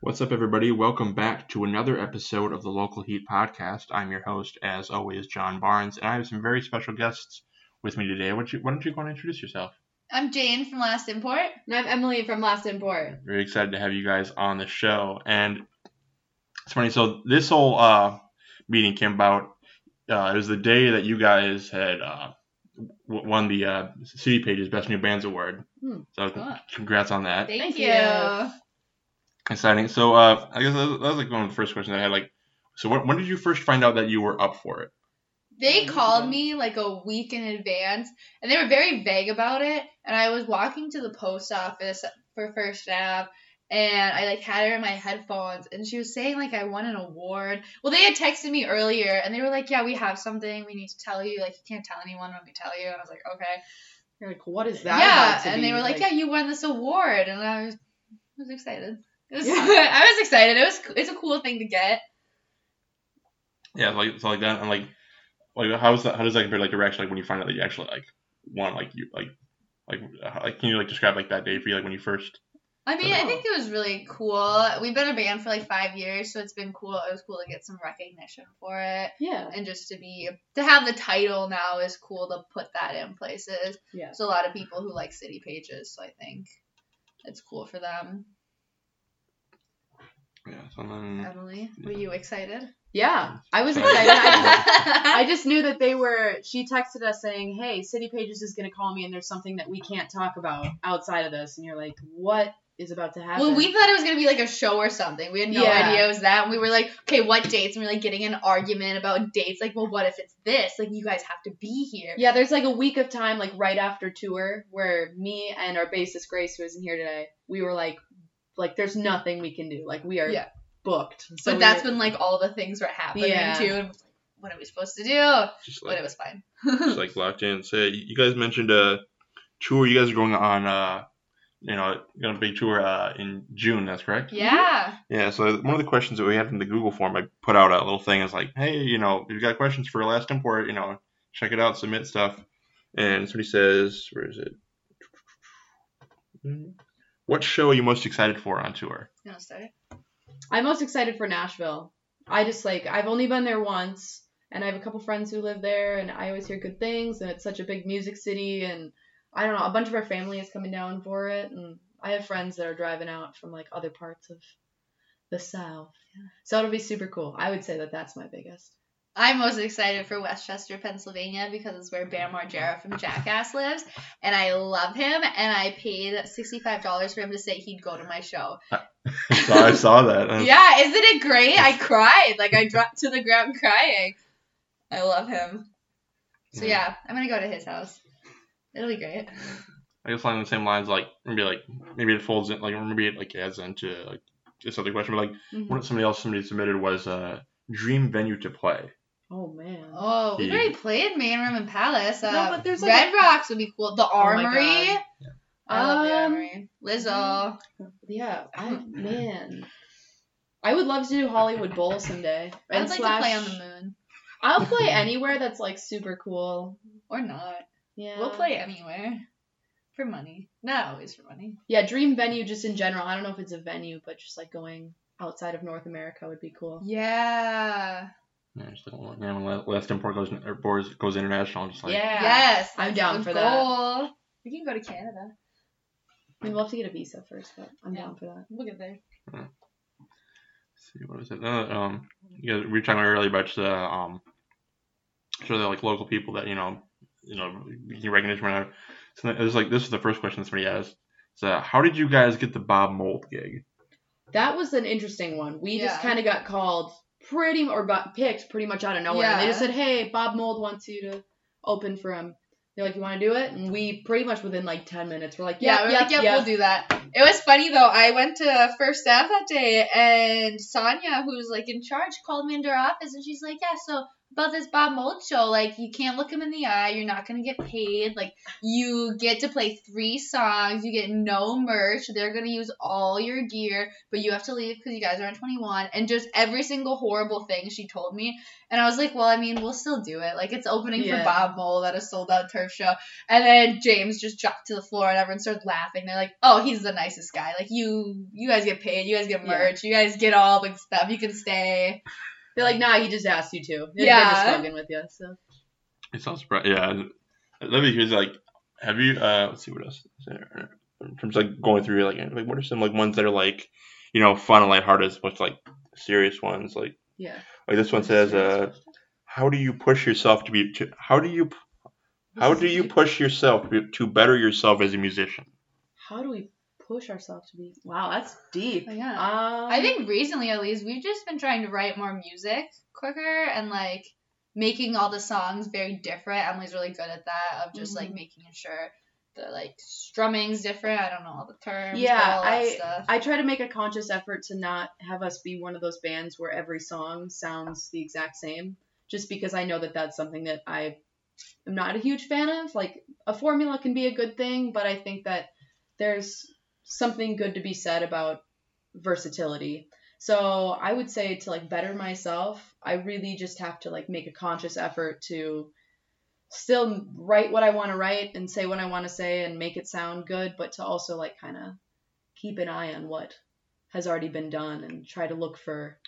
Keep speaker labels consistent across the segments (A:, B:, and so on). A: What's up, everybody? Welcome back to another episode of the Local Heat Podcast. I'm your host, as always, John Barnes, and I have some very special guests with me today. Why don't you, why don't you go and introduce yourself?
B: I'm Jane from Last Import.
C: And I'm Emily from Last Import.
A: Very excited to have you guys on the show. And it's funny, so this whole uh, meeting came about. Uh, it was the day that you guys had uh, w- won the uh, City Pages Best New Bands Award.
C: Hmm.
A: So,
B: Cool.
A: congrats on that.
B: Thank,
A: Exciting. So, uh, I guess that was, that was like one of the first questions I had. Like, so when, when did you first find out that you were up for it?
B: They called me like a week in advance, and they were very vague about it. And I was walking to the post office for First Ave, and I like had her in my headphones, and she was saying like I won an award. Well, they had texted me earlier, and they were like, "Yeah, we have something we need to tell you. Like you can't tell anyone when we tell you." And I was like, "Okay."
C: You're like, what is that? about to
B: yeah, and
C: be?
B: they were like, "Yeah, you won this award," and I was, I was excited. It was,
C: Yeah.
B: I was excited. It was, it's a cool thing to get.
A: Yeah, like so like that, and like, like how's that? How does that compare like your reaction like when you find out that you actually like won? Like you like, like, uh, like can you like describe like that day for you like when you first?
B: I mean, I
A: Wow.
B: think it was really cool. We've been a band for like five years, so it's been cool. It was cool to get some recognition for it,
C: yeah,
B: and just to be to have the title now is cool to put that in places.
C: yeah.
B: There's a lot of people who like city pages, so I think it's cool for them.
A: Yeah. So um, then.
B: Emily, were you excited?
C: Yeah, I was
A: Sorry.
C: excited. I, I just knew that they were. She texted us saying, "Hey, City Pages is gonna call me, and there's something that we can't talk about outside of this." And you're like, "What is about to happen?"
B: Well, we thought it was gonna be like a show or something. We had no
C: Yeah.
B: idea it was that. And we were like, okay, what dates? And we were like getting in an argument about dates. Like, well, what if it's this? Like, you guys have to be here.
C: yeah, there's like a week of time, like right after tour, where me and our bassist Grace, who isn't here today, we were like, like, there's nothing we can do. Like, we are
B: Yeah.
C: booked.
B: but
C: we
B: that's
C: were-
B: when like all the things were happening
C: Yeah.
B: too. And what are we supposed to do?
A: Just
B: But
A: like
B: it was fine.
A: just like locked in. So you you guys mentioned a tour. You guys are going on uh, you know, going a big tour uh in June. That's correct.
B: Yeah.
A: Yeah, so one of the questions that we had in the Google form, I put out a little thing. It's like, hey, you know, if you've got questions for last import, you know, check it out, submit stuff. And somebody says, where is it? What show are you most excited for on tour?
B: You wanna start?
C: I'm most excited for Nashville. I just like I've only been there once and I have a couple friends who live there and I always hear good things and it's such a big music city and I don't know, a bunch of our family is coming down for it and I have friends that are driving out from like other parts of the south. So it'll be super cool. I would say that that's my biggest.
B: I'm most excited for Westchester, Pennsylvania, because it's where Bam Margera from Jackass lives, and I love him. And I paid sixty-five dollars for him to say he'd go to my show.
A: so I saw that. and
B: Yeah, isn't it great? I cried. Like I dropped to the ground crying. I love him. So yeah, I'm gonna go to his house. It'll be great.
A: I guess along the same lines, like maybe like maybe it folds in, like or maybe it like adds into like this other question, but like one somebody else somebody submitted was uh, dream venue to play.
C: Oh man.
B: Oh, we
A: Yeah.
B: already played Man Room and Palace. Uh,
C: No, but there's, like, Oh
B: Red Rocks would be cool. The
C: my
B: Armory.
C: God.
B: I love the
C: Um, mm-hmm.
B: Armory. Lizzo.
C: Yeah, I man. I would love to do Hollywood Bowl
B: I'd
C: someday. And
B: like to
C: slash,
B: play on the moon
C: I'll play anywhere that's like super cool.
B: or not.
C: Yeah.
B: We'll play anywhere for money. Not always for money.
C: Yeah, dream venue just in general. I don't know if it's a venue, but just like going outside of North America would be cool.
B: Yeah.
A: Yeah, just like, well, yeah, when la- last import goes or Boards goes international, just like
B: yes.
C: I'm
B: that's
C: down
B: the
C: for that.
B: goal. We can go to Canada.
C: I mean, we'll have to get a visa first, but I'm
B: Yeah.
C: down for that.
B: We'll get there.
A: see what was it? Uh, um, you guys, we were talking earlier about the um, sure they're like local people that you know, you know, you recognize right now. So it was like this is the first question somebody asked. So how did you guys get the Bob Mold gig?
C: That was an interesting one. We just
B: Yeah.
C: kind of got called pretty or got picked pretty much out of nowhere. And they just
B: Yeah.
C: said, "Hey, Bob Mold wants you to open for him." They're like, "You want to do it?" And we pretty much within like ten minutes were like,
B: Yeah,
C: "Yeah,
B: we were
C: yeah,
B: like, yep,
C: yeah."
B: we'll do that. It was funny though. I went to First Ave that day, and Sonia, who's like in charge, called me into her office, and she's like, "Yeah, so about this Bob Mold show. Like, you can't look him in the eye. You're not going to get paid. Like, you get to play three songs. You get no merch. They're going to use all your gear, but you have to leave because you guys aren't 21. And just every single horrible thing she told me. And I was like, well, I mean, we'll still do it. Like, it's opening for
C: Yeah.
B: Bob Mold at a sold out turf show. And then James just dropped to the floor and everyone started laughing. They're like, oh, he's the nicest guy. Like, you you guys get paid. You guys get
C: Yeah.
B: merch. You guys get all the stuff. You can stay.
C: They're like, nah, he just asked you to. They're, they're just
B: Yeah.
C: fucking with you. So
A: It sounds surprised. Yeah, that'd be curious. Like, have you? Uh, let's see what else. Is there. In terms of like going through like like what are some like ones that are like you know fun and lighthearted as opposed to like serious ones like
C: yeah.
A: like this one says uh how do you push yourself to be to, how do you how do you push yourself to, to better yourself as a musician
C: How do we push ourselves to be? Wow, that's deep.
B: But yeah.
C: Um,
B: I think recently, at least, we've just been trying to write more music quicker and like making all the songs very different. Emily's really good at that of just like
C: Mhm.
B: making sure the like strumming's different. I don't know all the terms.
C: Yeah,
B: but all that
C: I-
B: stuff.
C: I try to make a conscious effort to not have us be one of those bands where every song sounds the exact same, just because I know that that's something that I am not a huge fan of. Like, a formula can be a good thing, but I think that there's something good to be said about versatility. So I would say to like better myself, I really just have to like make a conscious effort to still write what I want to write and say what I want to say and make it sound good, but to also like kind of keep an eye on what has already been done and try to look for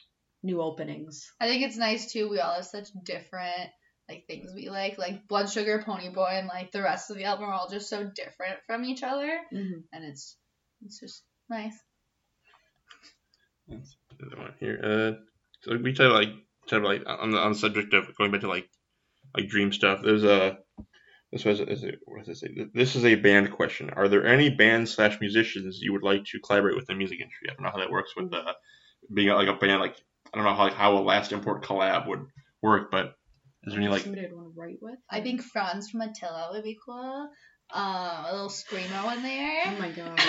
C: new openings.
B: I think it's nice too. We all have such different like things we like, like Blood Sugar Pony Boy and like the rest of the album are all just so different from each other, and it's it's just nice.
A: Let's put another one here uh so we talked about, like talked about, like on the on the subject of going back to like like dream stuff there's a this was is it, what does it say? This is a band question. Are there any bands slash musicians you would like to collaborate with in the music industry? I don't know how that works with uh, being like a band. Like I don't know how like how a last import collab would work, but is there any like
C: somebody I'd want to write with?
B: I think Franz from Attila would be cool. Um, a little screamo in
C: Oh
B: there.
C: my god.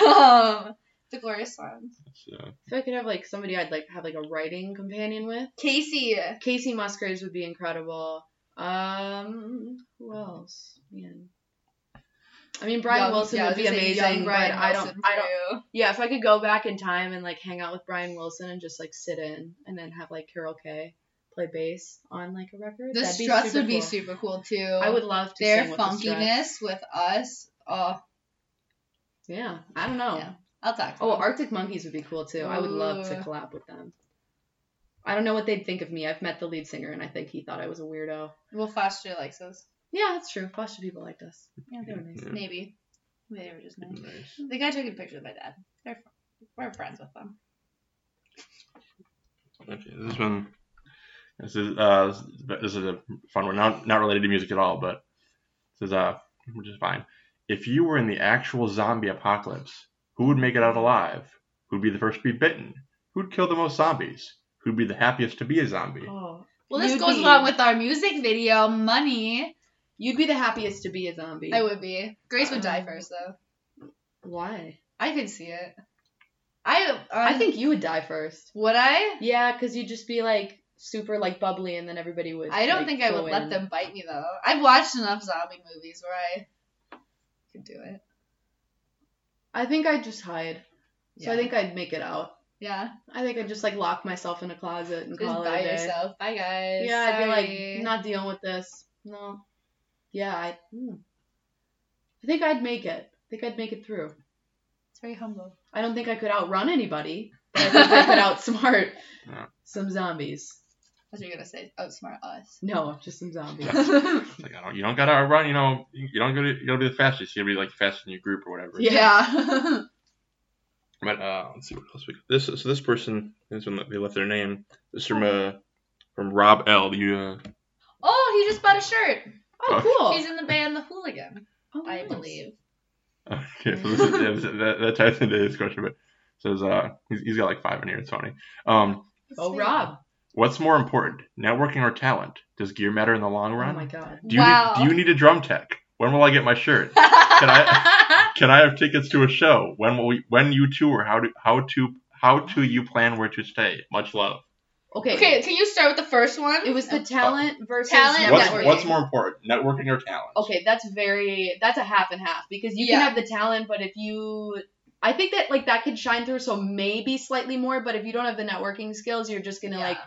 B: Um, the glorious song.
A: so,
C: If I could have like somebody I'd like have like a writing companion with.
B: Casey.
C: Casey Musgraves would be incredible. Um, who else? Man. I mean, Brian
B: Young-
C: Wilson
B: yeah, I
C: would
B: was
C: be
B: gonna say young
C: amazing, but
B: Brian
C: I don't,
B: Wilson
C: I don't.
B: too.
C: Yeah, if I could go back in time and like hang out with Brian Wilson and just like sit in and then have like Carol Kay play bass on like a record,
B: The
C: that'd be
B: Struts would be
C: cool.
B: super cool too.
C: I would love to
B: Their
C: sing with the Struts.
B: funkiness with us. Oh,
C: Yeah, I don't know.
B: Yeah. I'll talk. To
C: Oh,
B: them.
C: Arctic Monkeys would be cool too. I would love to
B: Ooh.
C: collab with them. I don't know what they'd think of me. I've met the lead singer and I think he thought I was a weirdo.
B: Well, Foster likes us.
C: Yeah, that's true. Lots of people liked us. Yeah, they were nice.
A: yeah,
B: Maybe. Mm-hmm. Maybe they were just nice.
A: nice.
B: The guy took a picture of my dad. They're, fr- we're friends with them.
A: Okay, this one. This is uh, this is a fun one. Not not related to music at all, but this is uh, which is fine. If you were in the actual zombie apocalypse, who would make it out alive? Who'd be the first to be bitten? Who'd kill the most zombies? Who'd be the happiest to be a zombie?
C: Oh,
B: Well, this
C: You'd
B: goes
C: be-
B: along with our music video, Money.
C: you'd be the happiest to be a zombie.
B: I would be. Grace would die
C: Um,
B: first, though.
C: Why?
B: I could see it. I um,
C: I think you would die first.
B: would I?
C: Yeah, because you'd just be like super like bubbly, and then everybody would.
B: I don't
C: like,
B: think I
C: go
B: would let
C: in.
B: them bite me though. I've watched enough zombie movies where I could do it.
C: I think I'd just hide. So I think I'd make it out.
B: yeah.
C: I think I'd just like lock myself in a closet and
B: Just
C: call it a
B: by
C: day.
B: yourself. Bye guys.
C: Yeah, I'd be
B: Sorry.
C: like, not dealing with this. No. Yeah, I. hmm. I think I'd make it. I think I'd make it through.
B: It's very humble.
C: I don't think I could outrun anybody, but I think I could outsmart
A: Yeah.
C: some zombies.
B: That's what you're gonna say. Outsmart us.
C: No, just some zombies.
B: yeah.
A: It's Like, I don't, you don't gotta run. You know, you don't gotta you don't be the fastest. You gotta be like the fastest in your group or whatever.
C: Yeah.
A: But uh, let's see what else we this. So this person this one they left their name. This is from uh from Rob L. You uh,
B: oh, he just bought a shirt.
C: Oh, cool.
B: He's in the band The Hooligan,
C: Oh,
B: I
C: nice.
B: believe.
A: Okay, so this is, yeah, this- that, that ties into his question, but says uh, he's, he's got like five in here. It's funny. Um,
C: Oh,
B: Sweet.
C: Rob.
A: what's more important, networking or talent? Does gear matter in the long
C: Oh
A: run?
C: my god.
A: do you
B: Wow.
A: need, do you need a drum tech? When will I get my shirt? Can I have tickets to a show? When will we? When you tour? How do how to how to you plan where to stay? Much love.
C: Okay.
B: Okay, can you start with the first one?
C: It was the talent versus
B: Talent
A: Uh, What's,
C: networking.
A: what's more important, networking or talent?
C: Okay, that's very that's a half and half because you
B: Yeah.
C: can have the talent, but if you I think that like that could shine through, so maybe slightly more. But if you don't have the networking skills, you're just gonna
B: Yeah.
C: like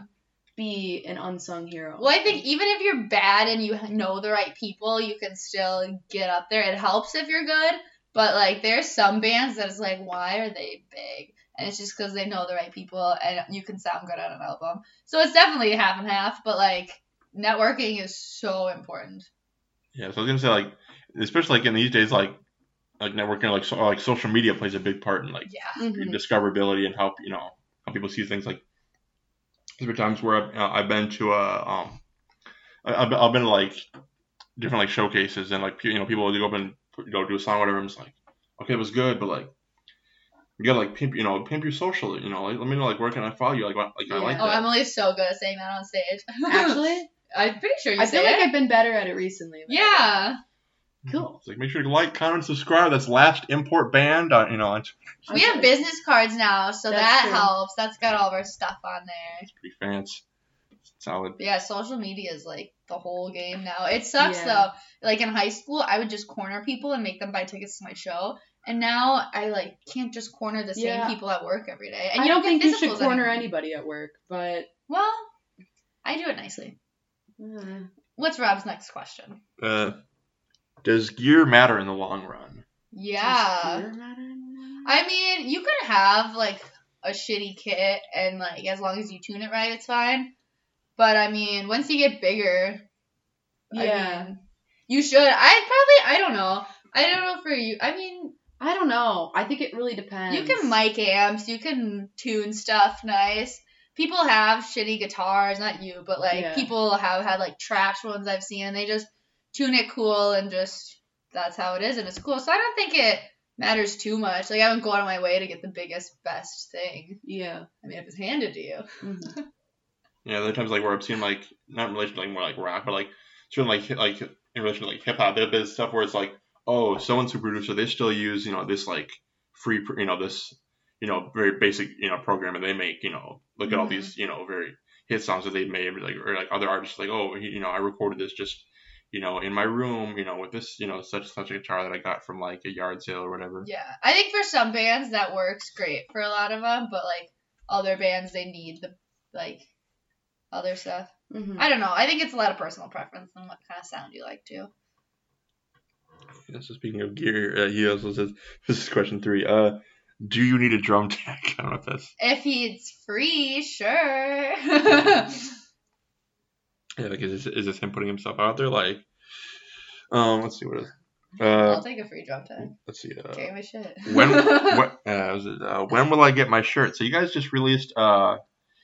C: be an unsung hero.
B: Well, I think even if you're bad and you know the right people, you can still get up there. It helps if you're good, but like there's some bands that it's like, why are they big? And it's just because they know the right people and you can sound good on an album. So it's definitely half and half, but like networking is so important.
A: Yeah, so I was gonna say like, especially like in these days, like like networking, like so, like social media plays a big part in like
B: Yeah.
A: your
C: Mhm.
A: discoverability and help you know how people see things. Like there's been times where I've, uh, I've been to a um, I- I've, been- I've been to, like different like showcases and like you know people will go up and you know do a song or whatever. I'm just like, okay, it was good, but like. You gotta like pimp, you know, pimp your social, you know. Like, let me know like where can I follow you? Like, what- like I like
C: Yeah.
B: Oh,
A: that.
B: Emily is so good at saying that on stage.
C: Actually,
B: I'm pretty sure you
C: I
B: say
C: feel like
B: it.
C: I've been better at it recently. than I
B: yeah.
C: Cool.
A: It's like make sure to like, comment, subscribe. That's last import band. Uh, you know, it's
C: was.
B: We have business cards now, so
C: That's
B: that
C: true.
B: helps. That's got all of our stuff on there.
A: pretty fancy, solid.
B: Yeah, social media is like the whole game now. It sucks
C: Yeah.
B: though. Like in high school, I would just corner people and make them buy tickets to my show. And now I like can't just corner the same
C: Yeah.
B: people at work every day. And
C: I
B: you
C: don't think you
B: get
C: should
B: physicals
C: corner
B: anymore.
C: anybody at work, but
B: Well, I do it nicely. Hmm.
C: uh,
B: What's Rob's next question?
A: Uh, does gear matter in the long run?
B: Yeah.
C: does it matter?
B: I mean, you could have like a shitty kit and like as long as you tune it right, it's fine. But I mean, once you get bigger, I
C: yeah.
B: mean, you should. I probably. I don't know. I don't know for you. I mean,
C: I don't know. I think it really depends.
B: you can mic amps. You can tune stuff nice. People have shitty guitars. Not you, but like
C: Yeah.
B: people have had like trash ones I've seen, and they just tune it cool and just that's how it is, and it's cool. So I don't think it matters too much. Like I wouldn't go out of my way to get the biggest, best thing.
C: Yeah.
B: I mean, if it's handed to you.
C: Mhm.
A: Yeah, there are times like where I've seen like not in relation to like more like rock, but like certain like hi- like in relation to like hip hop, there's been stuff where it's like, oh, so and so producer, they still use you know this like free pr- you know this you know very basic you know program, and they make you know look at all
B: Mhm.
A: these you know very hit songs that they made, or like or like other artists like, oh, you know I recorded this just you know in my room, you know with this you know such such a guitar that I got from like a yard sale or whatever.
B: Yeah, I think for some bands that works great for a lot of them, but like other bands, they need the like other stuff.
C: Mhm.
B: I don't know. I think it's a lot of personal preference and what kind of sound you like too.
A: Yeah, so speaking of gear, uh, he also says this is question three. Uh, do you need a drum tech? I don't know if that's
B: If it's free, sure.
A: yeah. Like, is this, is this him putting himself out there? Like, um, let's see what is.
B: I'll
A: Uh,
B: take a free drum tag.
A: let's see. Uh,
B: Carry my shit.
A: when what uh, was it, uh, when will I get my shirt? So you guys just released uh,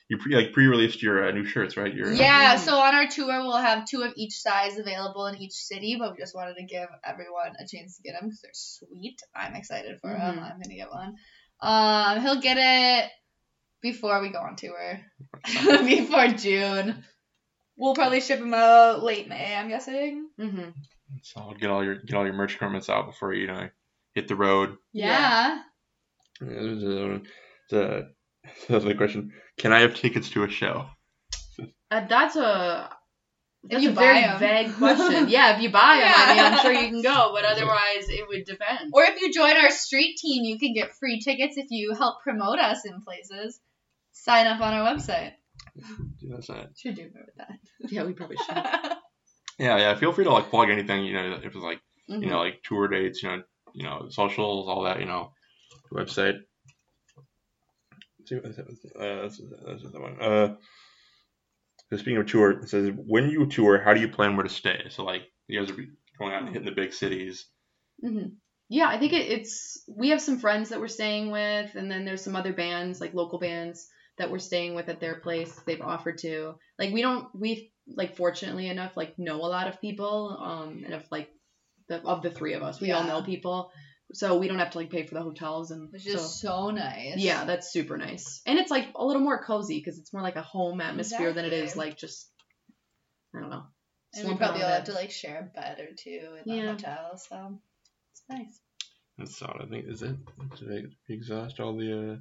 A: you pre like pre-released your uh, new shirts, right? Your
B: Yeah,
C: Mm.
B: so on our tour, we'll have two of each size available in each city, but we just wanted to give everyone a chance to get them because they're sweet. I'm excited for them.
C: Mhm.
B: I'm going to get one. Um, he'll get it before we go on tour, before June. We'll probably ship them out late May, I'm guessing.
C: Mhm.
A: So I'll get all your get all your merch garments out before you know hit the road.
B: Yeah.
A: Yeah, uh, there's another one. The that's the question. Can I have tickets to a show?
C: Uh, that's a that's
B: you
C: a very
B: buy 'em.
C: vague question. yeah, if you buy them, I mean, I'm sure you can go, but
A: Yeah.
C: otherwise it would depend.
B: Or if you join our street team, you can get free tickets if you help promote us in places. Sign up on our website.
A: Dude, that's not
B: Should do more with
C: yeah, we probably should.
B: that.
A: Yeah, yeah. Feel free to like plug anything, you know, if it's like
C: Mhm.
B: Mm-hmm.
A: you know, like tour dates, you know, you know, socials, all that, you know, website. See what that was- uh, this is- this is the one. Uh, so speaking of tour, it says when you tour, how do you plan where to stay? So like you guys are going out and hitting the big cities.
C: Mhm. Yeah, I think it, it's we have some friends that we're staying with, and then there's some other bands like local bands that we're staying with at their place. They've offered to like we don't we like fortunately enough like know a lot of people um and if like the of the three of us we all
B: Yeah.
C: know people so we don't have to like pay for the hotels and
B: Which is
C: so-
B: so nice.
C: yeah that's super nice and it's like a little more cozy because it's more like a home atmosphere than it is
B: Exactly.
C: like just I don't know
B: And we
C: slumping
B: probably
C: on
B: all
C: a
B: have to
C: bed.
B: like share a bed or two in the
C: Yeah.
B: hotel, so it's nice.
A: That's all I think. Is it? Did I exhaust all the uh,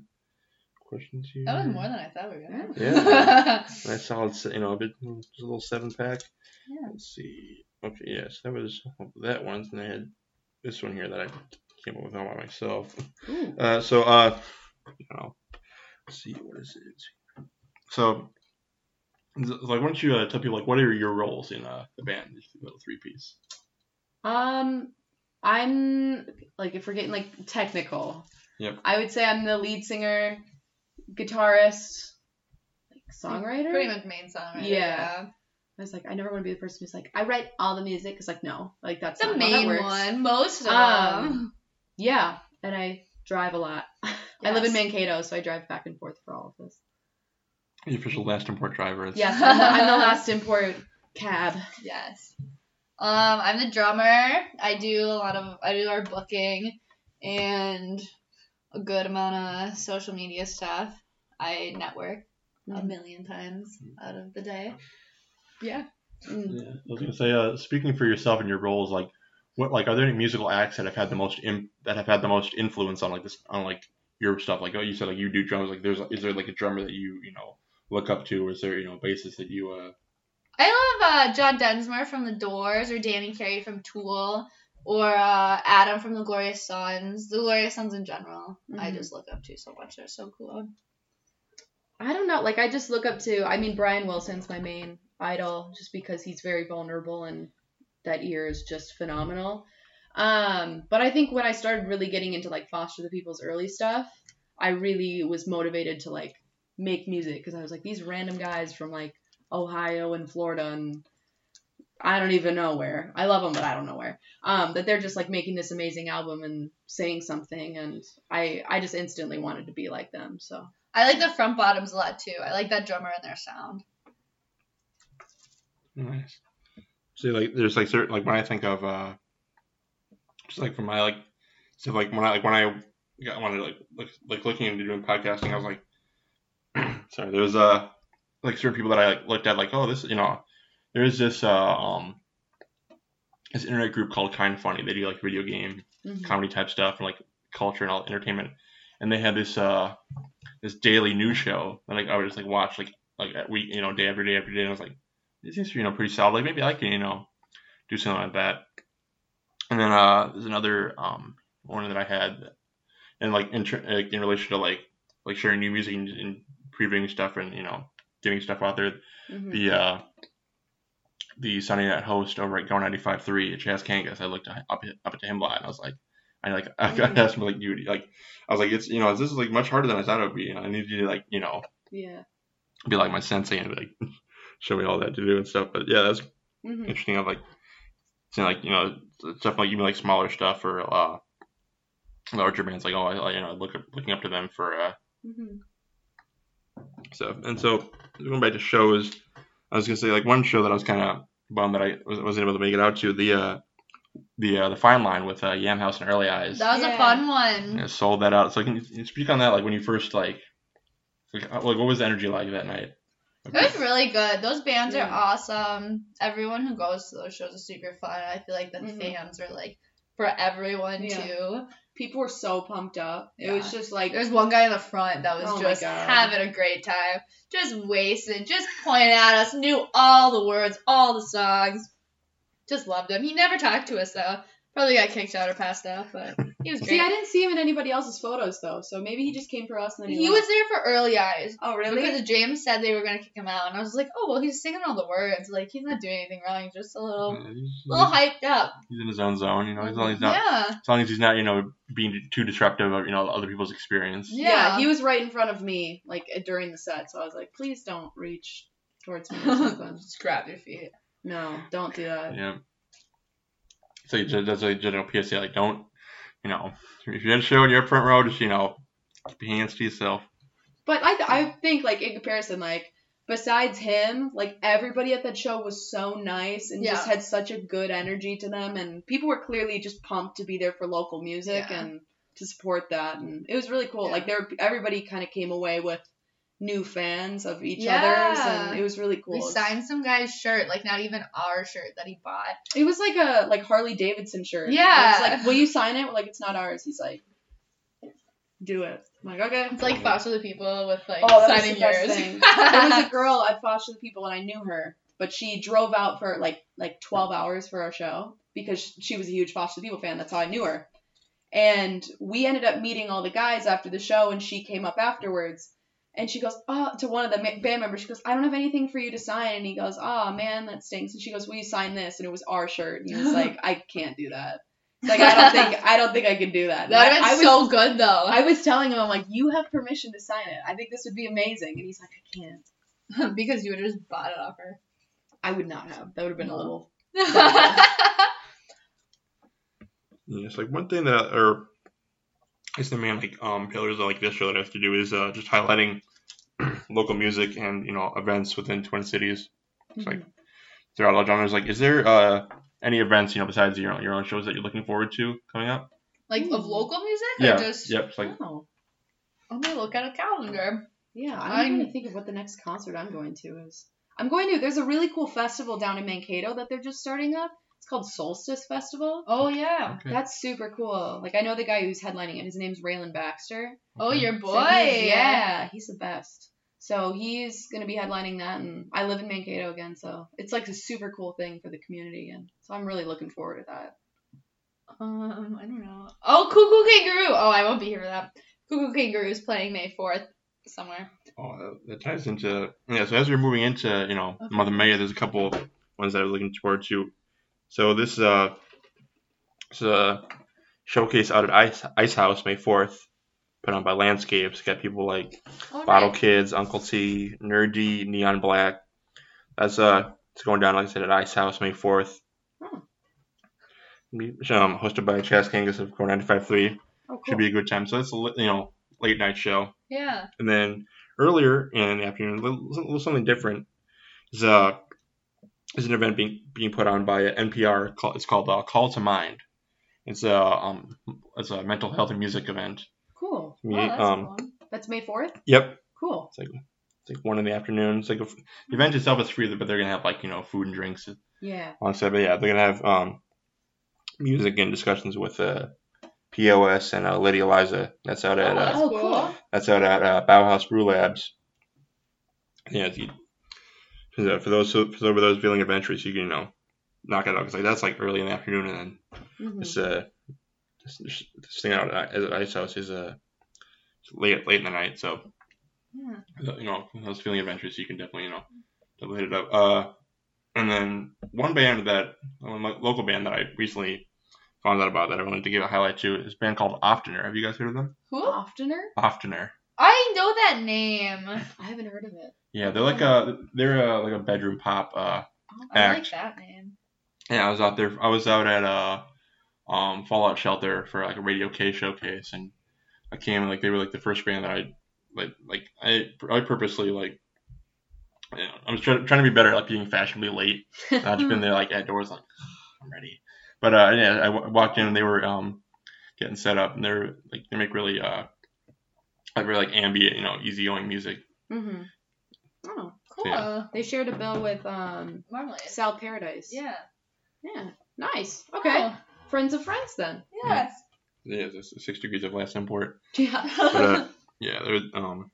A: questions here.
B: That was more than I thought we were gonna. have.
A: Yeah. Nice solid, se- you know, a bit, just a little seven pack.
B: Yeah.
A: Let's see. Okay, yes, that was that one. And I had this one here that I came up with all by myself.
C: Ooh.
A: Uh, so, uh, you know, let's see, what is it? So, th- like, why don't you uh, tell people, like, what are your roles in uh, the band, the little three piece?
C: Um, I'm like if we're getting like technical.
A: Yep.
C: I would say I'm the lead singer, guitarist, like songwriter.
B: Pretty much main songwriter.
C: Yeah. I was like, I never want to be the person who's like, I write all the music. It's like, no, like that's
B: The
C: not how that
B: main
C: works.
B: one, most of
C: Um,
B: them.
C: Yeah, and I drive a lot. I live
B: Yes.
C: in Mankato, so I drive back and forth for all of this.
A: The official last import driver. It's,
C: Yes, I'm the, I'm the last import cab.
B: Yes. Um, I'm the drummer. I do a lot of I do our booking and a good amount of social media stuff. I network a
C: Mhm.
B: million times out of the day. Yeah.
C: Mm.
A: Yeah, I was gonna say, uh, speaking for yourself and your roles, like, what, like, are there any musical acts that have had the most Im- that have had the most influence on like this on like your stuff? Like, oh, you said like you do drums. Like, there's is there like a drummer that you you know look up to, or is there you know bassist that you uh
B: I love uh, John Densmore from The Doors, or Danny Carey from Tool, or uh, Adam from The Glorious Sons. The Glorious Sons in general, I
C: Mhm.
B: just look up to so much. They're so cool.
C: I don't know. Like I just look up to. I mean, Brian Wilson's my main idol, just because he's very vulnerable and that ear is just phenomenal. Um, but I think when I started really getting into like Foster the People's early stuff, I really was motivated to like make music because I was like these random guys from like Ohio and Florida and I don't even know where. I love them, but I don't know where. Um, that they're just like making this amazing album and saying something, and I I just instantly wanted to be like them. So.
B: I like the front bottoms a lot too. I like that drummer and their sound.
A: Nice. See, like, there's like certain like when I think of uh, just like from my like stuff like when I like when I got wanted like like like looking into doing podcasting, I was like, sorry, there was uh like certain people that I like looked at like oh this you know there is this uh um this internet group called Kind of Funny. They do like video game
C: Mhm.
A: comedy type stuff and like culture and all entertainment. And they had this uh this daily news show that like I would just like watch like like at week you know day after day after day. And I was like, these things are you know pretty solid. Like maybe I can you know do something like that. And then uh there's another um one that I had, and like in tr- like, in relation to like like sharing new music and, and previewing stuff and you know getting stuff out there
C: Mhm.
A: the uh, the Sunday night host over at Go 95.3, Chaz Kangas. I looked up up at him a lot, and I was like, I like I
C: Mm.
A: asked him like, dude, like I was like, it's you know, this is like much harder than I thought it would be, and I need you to like you know
C: Yeah.
A: be like my sensei and like show me all that to do and stuff. But yeah, that's
C: hmm
A: interesting. Of like, it's like you know stuff like even like smaller stuff or uh larger bands like oh I, I, you know look looking up to them for uh
C: hmm
A: stuff. And so going back to shows, I was gonna say like one show that I was kind of bummed that I was, wasn't able to make it out to the uh, the uh, the Fine Line with uh, Yam House and Early Eyes.
B: That was a
C: Yeah.
B: fun one.
A: Yeah, sold that out. So can you- can you speak on that? Like when you first like like, how- like what was the energy like that night?
B: It was really good. Those bands are
C: Yeah.
B: awesome. Everyone who goes to those shows is super fun. I feel like the
C: Mhm.
B: fans are like for everyone
C: Yeah.
B: too.
C: People were so pumped up. It was just like
B: There's one guy in the front that was
C: Oh my
B: just
C: God.
B: having a great time, just wasting, just pointing at us, knew all the words, all the songs. Just loved him. He never talked to us though. Probably got kicked out or passed out, but he was
C: See, I
B: great.
C: didn't see him in anybody else's photos though, so maybe he just came for us and then he,
B: He was
C: left.
B: there for early eyes.
C: Oh really?
B: Because James said they were gonna kick him out, and I was like, oh well, he's singing all the words, like he's not doing anything wrong, he's just a little,
A: Yeah, he's,
B: little hyped up.
A: he's in his own zone, you know. As long as Mm-hmm. he's not,
B: Yeah,
A: as long as he's not, you know, being too disruptive of you know other people's experience.
C: yeah.
B: Yeah.
C: he was right in front of me, like during the set. So I was like, please don't reach towards me or something.
B: just grab your feet.
C: no, don't do that.
A: Yeah. So you ju- that's a general PSA. Like, don't, you know, if you're at a show and you're up front row, just you know, keep your hands to yourself.
C: But I, th- I think like in comparison, like besides him, like everybody at that show was so nice and just
B: Yeah.
C: had such a good energy to them, and people were clearly just pumped to be there for local music
B: Yeah.
C: and to support that, and it was really cool.
B: Yeah.
C: Like there, everybody kind of came away with new fans of each
B: Yeah.
C: other's, and it was really cool.
B: We signed some guy's shirt, like not even our shirt that he bought.
C: It was like a like Harley Davidson shirt.
B: Yeah.
C: it's like will you sign it? We're like it's not ours. He's like, do it. I'm like, okay.
B: It's like foster the people with like
C: Oh, that was
B: signing
C: the best
B: yours.
C: thing. there was a girl at Foster the People, and I knew her, but she drove out for like like 12 hours for our show because she was a huge Foster the People fan. That's how I knew her. And we ended up meeting all the guys after the show, and she came up afterwards, and she goes, "Oh," to one of the ma- band members. She goes, "I don't have anything for you to sign," and he goes, "Oh man, that stinks." And she goes, "Will you sign this?" And it was our shirt, and he was like, "I can't do that. Like I don't think I don't think I can do that." And
B: that would
C: I- I
B: have
C: was
B: been so good though.
C: I was telling him, I'm like, you have permission to sign it. I think this would be amazing. And he's like, I can't.
B: because you would have just bought it off her.
C: I would not have. That would have been a
B: No.
C: little.
A: Yeah, it's like one thing that, or it's the main like um pillars of like this show that I have to do is uh, just highlighting local music and you know events within Twin Cities like-
C: Mm-hmm. Hmm.
A: throughout all genres. Like, is there uh any events you know besides your own, your own shows that you're looking forward to coming up?
B: like of
C: Ooh.
B: local music
A: yeah,
B: or just
A: yep. It's like
C: oh,
B: I'm gonna look at a calendar.
C: yeah. I'm,
B: I'm-
C: trying to think of what the next concert I'm going to is. I'm going to. There's a really cool festival down in Mankato that they're just starting up. It's called Solstice Festival.
B: Oh yeah.
A: okay,
C: That's super cool. Like I know the guy who's headlining it. His name's Raylan Baxter.
B: Oh
A: okay.
B: your boy.
C: So he's- yeah, he's the best. So he's gonna be headlining that, and I live in Mankato again, so it's like a super cool thing for the community, and so I'm really looking forward to that.
B: Um, I don't know. Oh, Cuckoo Kangaroo. Oh, I won't be here for that. Cuckoo Kangaroo is playing May fourth somewhere.
A: Oh, that- that ties into yeah. So as we're moving into you know the month of May, there's a couple ones that I'm looking forward to. So this uh, it's a showcase out at Ice Ice House May fourth, put on by Landscapes. Got people like
B: Oh,
A: Bottle
B: nice.
A: Kids, Uncle T, Nerdy, Neon Black. That's uh, it's going down like I said at Ice House May fourth.
C: Hmm.
A: Um, hosted by Chas Kangas of Core 95.3.
C: Oh,
A: Should be a good time. So that's a li- you know late night show.
B: Yeah.
A: And then earlier in the afternoon, a little, a little something different is uh is an event being being put on by NPR. call- It's called uh, Call to Mind. It's a um it's a mental health and music event.
C: cool.
A: Me,
B: oh, that's
A: um,
B: fun.
C: That's May fourth.
A: Yep,
C: Cool.
A: it's like it's like one in the afternoon. It's like a, f- the event itself is free, but they're gonna have like you know food and drinks
C: Yeah.
A: on set. But yeah, they're gonna have um music and discussions with uh POS and uh, Lady Eliza. That's out at
B: Oh,
A: uh,
B: that's
C: Oh,
B: cool.
C: cool.
A: That's out at uh, Bauhaus Brew Labs. You know, if you, for tho- for those for those feeling adventurous, you can you know knock it out because like that's like early in the afternoon, and then
C: Mhm.
A: this uh this, this- this thing out at, at Ice House is uh late late in the night, so uh,
B: Yeah.
A: you know for those feeling adventurous, you can definitely you know definitely hit it up. Uh, and then one band that one lo- local band that I recently found out about that I wanted to give a highlight to is a band called Oftener. Have you guys heard of them?
B: Who?
C: Oftener?
A: Oftener.
B: I know that name.
C: I haven't heard of it.
A: Yeah, they're like a they're a, like a bedroom pop. Uh,
B: I
A: Act.
B: like that name.
A: and I was out there. I was out at uh, um, Fallout Shelter for like a Radio K showcase, and I came and like they were like the first band that I like like I I purposely like. you know, I'm trying, trying to be better, at, like being fashionably late. And I've just been there, like at doors, like I'm ready. But uh, yeah, I w- walked in and they were um getting set up, and they're like they make really uh like really like ambient, you know, easygoing music.
C: Mm-hmm. Oh,
B: Cool.
A: Yeah.
C: they shared a bill with um
B: Marmalade.
C: Sal Paradise.
B: Yeah.
C: Yeah. Nice. Okay.
B: Oh,
C: Friends of friends then.
B: yes.
A: Yeah, it's six degrees of last import.
C: Yeah.
A: But, uh, yeah, there was, um,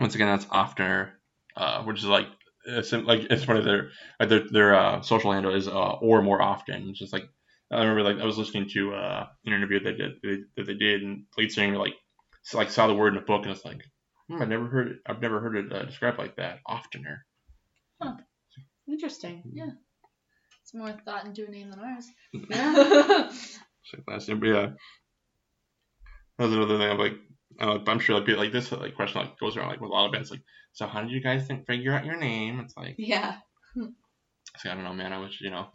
A: once again, that's Oftener, uh, which is like, it's sim- like it's funny their like their their uh, social handle is uh, or more often. It's just like I remember like I was listening to uh, an interview that did that they did and lead singer like s- like saw the word in a book and it's like hmm, I never heard it, I've never heard it uh, described like that oftener.
C: Interesting.
B: It's more thought into a name than ours.
A: So last year, but yeah, that was another thing. I'm like, I'm, like, I'm sure like people- like this like question like goes around like with a lot of bands like, so how did you guys think, figure out your name? It's like.
C: Yeah.
A: It's like, I don't know, man. I wish you know.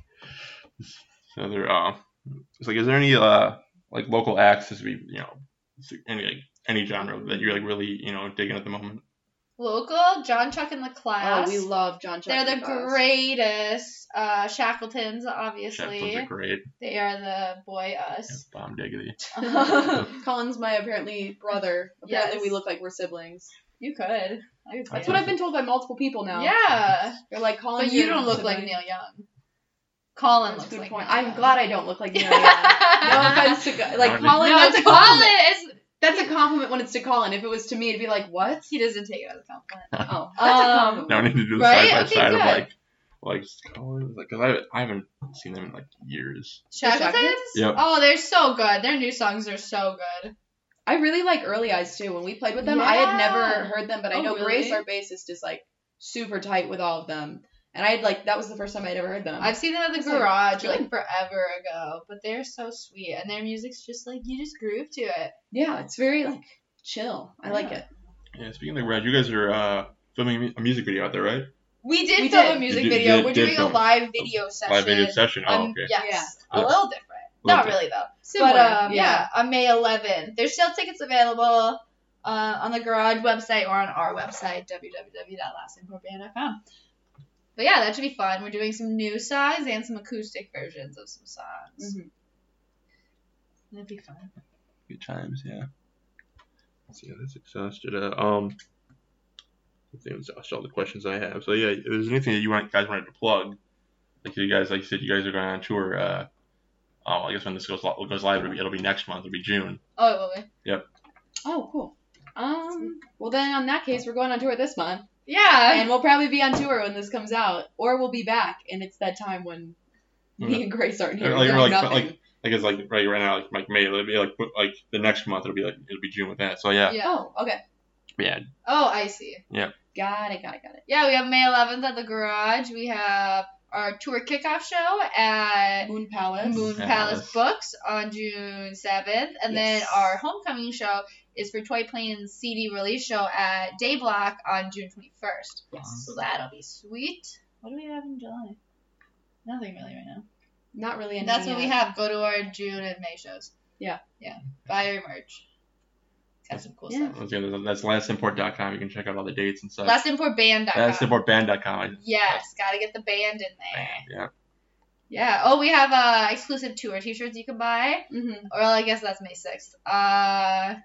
A: So there, uh, it's like, is there any uh, like local acts that we, you know, any like any genre that you're like really, you know, digging at the moment?
B: Local, John Chuck and the Class.
C: Oh, we love John. Chuck
B: They're the
C: Bass.
B: greatest. Uh, Shackletons, obviously.
A: Shackles are great.
B: They are the boy
A: Yeah,
B: us.
A: Bomb diggity.
C: Colin's my apparently brother. Apparently
B: Yes.
C: we look like we're siblings.
B: you could. I could play
A: That's
C: That's what
B: it.
C: I've been told by multiple people now.
B: Yeah.
C: They're like Colin.
B: But you don't look like Neil Young. Colin
C: That's a
B: looks
C: good
B: like
C: point.
B: Neil
C: I'm
B: Young.
C: glad I don't look like Neil. Young. no
B: no
C: offense to go- like
A: No,
C: Colin.
B: it's
C: knows Colin.
B: Colin. It's
C: That's a compliment when it's to Colin. If it was to me, it'd be like, what?
B: He doesn't take it as a compliment.
C: Oh,
B: That's
C: that's
B: a
C: a
B: compliment.
A: Now I need to do the
B: Right?
A: side by
B: Okay,
A: side of
B: good.
A: like, like Colin, because I, I haven't seen them in like years.
B: Shackleton's?
C: Shackleton's?
A: Yep.
B: Oh, they're so good. Their new songs are so good.
C: I really like Early Eyes too. When we played with them, I
B: Yeah.
C: had never heard them, but I
B: Oh,
C: know
B: really?
C: Grace, our bassist, is like super tight with all of them. And I had like that was the first time I'd ever heard them.
B: I've seen them at the
C: It's like-
B: garage
C: really?
B: like forever ago, but they're so sweet and their music's just like you just groove to it.
C: yeah, it's very like chill. I like
B: Yeah.
C: it.
A: Yeah. Speaking of Red, you guys are uh, filming a mu- a music video out there, right?
B: We did
C: We
B: film
C: did.
B: a
A: You
B: music
A: did-
B: video.
A: did-
B: We're
A: did
B: doing a
A: film
B: live video session.
A: Live video session. Oh,
B: Um,
A: okay.
B: Yes. A
A: Yeah.
B: little different. Not
A: Okay.
B: really though.
C: Similar,
B: but um, yeah. on May 11th, there's still tickets available uh, on the Garage website or on our website www.lastingpropan.com. But yeah, that should be fun. We're doing some new songs and some acoustic versions of some songs.
C: Mhm.
B: That'd be fun.
A: Good times. Yeah. Let's see, that's exhausted. Uh, um, I think that's exhausted all the questions I have. So yeah, if there's anything that you want, guys wanted to plug, like you guys, like you said, you guys are going on tour. Uh, oh, I guess when this goes li- goes live, it'll be, it'll be next month. It'll be June.
B: Oh, it will be.
C: Oh, cool. Um well then on that case we're going on tour this month.
B: Yeah.
C: And we'll probably be on tour when this comes out. Or we'll be back and it's that time when me and Grace aren't here.
A: Like,
C: doing
A: like-
C: nothing.
A: like- Like it's like right right now, like, like May, it'll be like like the next month, it'll be like it'll be June with that. So yeah,
B: yeah.
C: Oh, okay.
A: yeah,
B: Oh, I see.
C: Got it, got it, got it.
B: Yeah, we have May 11th at the Garage. We have our tour kickoff show at
C: Moon Palace.
B: Moon
A: Palace.
B: Palace Books on June 7th. And then
C: Yes.
B: our homecoming show is for Toy Plane's CD release show at Day Block on June 21st.
C: Yes.
B: So that'll be sweet. What do we have in July? Nothing really right now.
C: Not really uh, anything.
B: That's what we
C: yet.
B: have. Go to our June and May shows.
C: Yeah.
B: Yeah. Buy your merch. It's got some cool
C: Yeah.
B: stuff.
A: That's, yeah, that's lastimport.com. You can check out all the dates and stuff.
B: Lessinforband.com.
A: Lastimportband.com. I-
B: Yes, gotta get the band in there.
A: Yeah.
B: Yeah. Oh, we have uh, exclusive tour T-shirts you can buy.
C: Mhm.
B: Or I guess that's May sixth. Uh,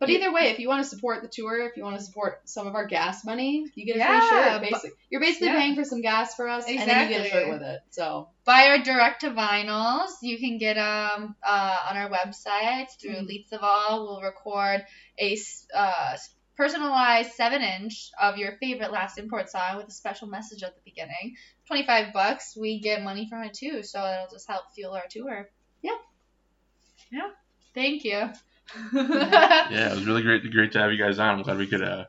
C: But
B: Yeah.
C: either way, if you want to support the tour, if you want to support some of our gas money, you get a
B: Yeah,
C: free
B: bu-
C: shirt. Basic. You're basically
B: yeah.
C: paying for some gas for us, and then you get a
B: Exactly.
C: shirt with it. So
B: buy our direct to vinyls. You can get them uh, on our website through
C: Mhm.
B: Leaps of All. We'll record a s- uh, s- personalized seven inch of your favorite last import song with a special message at the beginning. Twenty five bucks. We get money from it too, so it'll just help fuel our tour.
C: Yeah.
B: Yeah. Thank you.
A: Yeah, it was really great, great to have you guys on. I'm glad we could uh,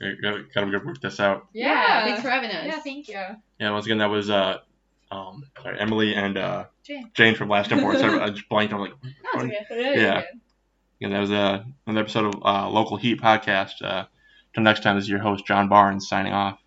A: kind of good work this out.
C: thanks for having us.
B: Yeah, thank you.
A: Yeah, once again, that was uh, um, sorry, Emily and uh,
B: Jane.
A: from Last Import. Sorry, I just blanked. I'm like,
C: No, it's okay.
A: Yeah. yeah, that was uh, another episode of uh, Local Heat Podcast. Uh, till next time, this is your host, John Barnes, signing off.